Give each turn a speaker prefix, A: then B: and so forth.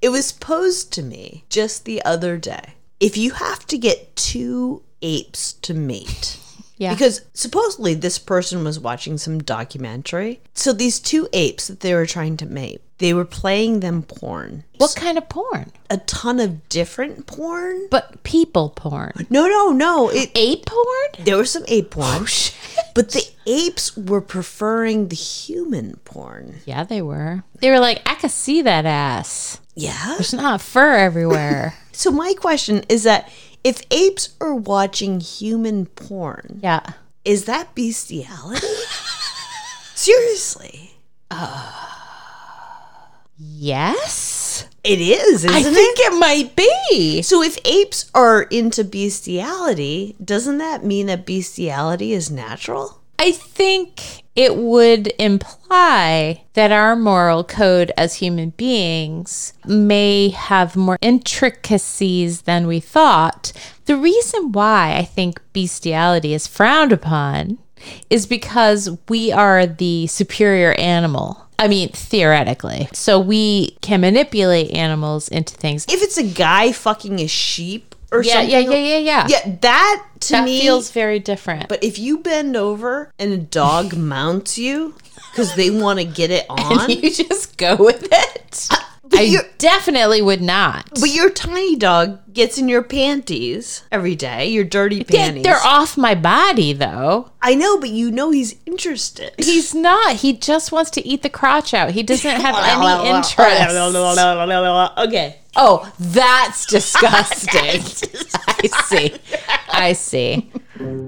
A: It was posed to me just the other day. If you have to get two apes to mate,
B: Yeah.
A: because supposedly this person was watching some documentary. So these two apes that they were trying to mate, they were playing them porn.
B: what kind of porn?
A: A ton of different porn?
B: But people porn.
A: No, no, no. It
B: Ape porn?
A: there was some ape porn. but the apes were preferring the human porn.
B: Yeah, they were. They were like, I could see that ass.
A: Yeah.
B: There's not fur everywhere.
A: So my question is that if apes are watching human porn,
B: yeah.
A: is that bestiality? Seriously.
B: Yes.
A: It is, isn't
B: I
A: it?
B: think it might be.
A: So if apes are into bestiality, doesn't that mean that bestiality is natural?
B: I think it would imply that our moral code as human beings may have more intricacies than we thought. The reason why I think bestiality is frowned upon is because we are the superior animal. I mean, theoretically. So we can manipulate animals into things.
A: If it's a guy fucking a sheep or
B: Yeah,
A: something,
B: yeah, yeah, yeah, yeah.
A: yeah, that to
B: that
A: me
B: feels very different.
A: But if you bend over and a dog mounts you because they want to get it on,
B: you just go with it.
A: but,
B: I
A: your,
B: definitely would not.
A: but your tiny dog gets in your panties every day, your dirty
B: Yeah,
A: panties.
B: they're off my body though.
A: I know, but you know he's interested.
B: He's not. He just wants to eat the crotch out. He doesn't have any interest.
A: okay.
B: Oh, that's disgusting. I see. I see.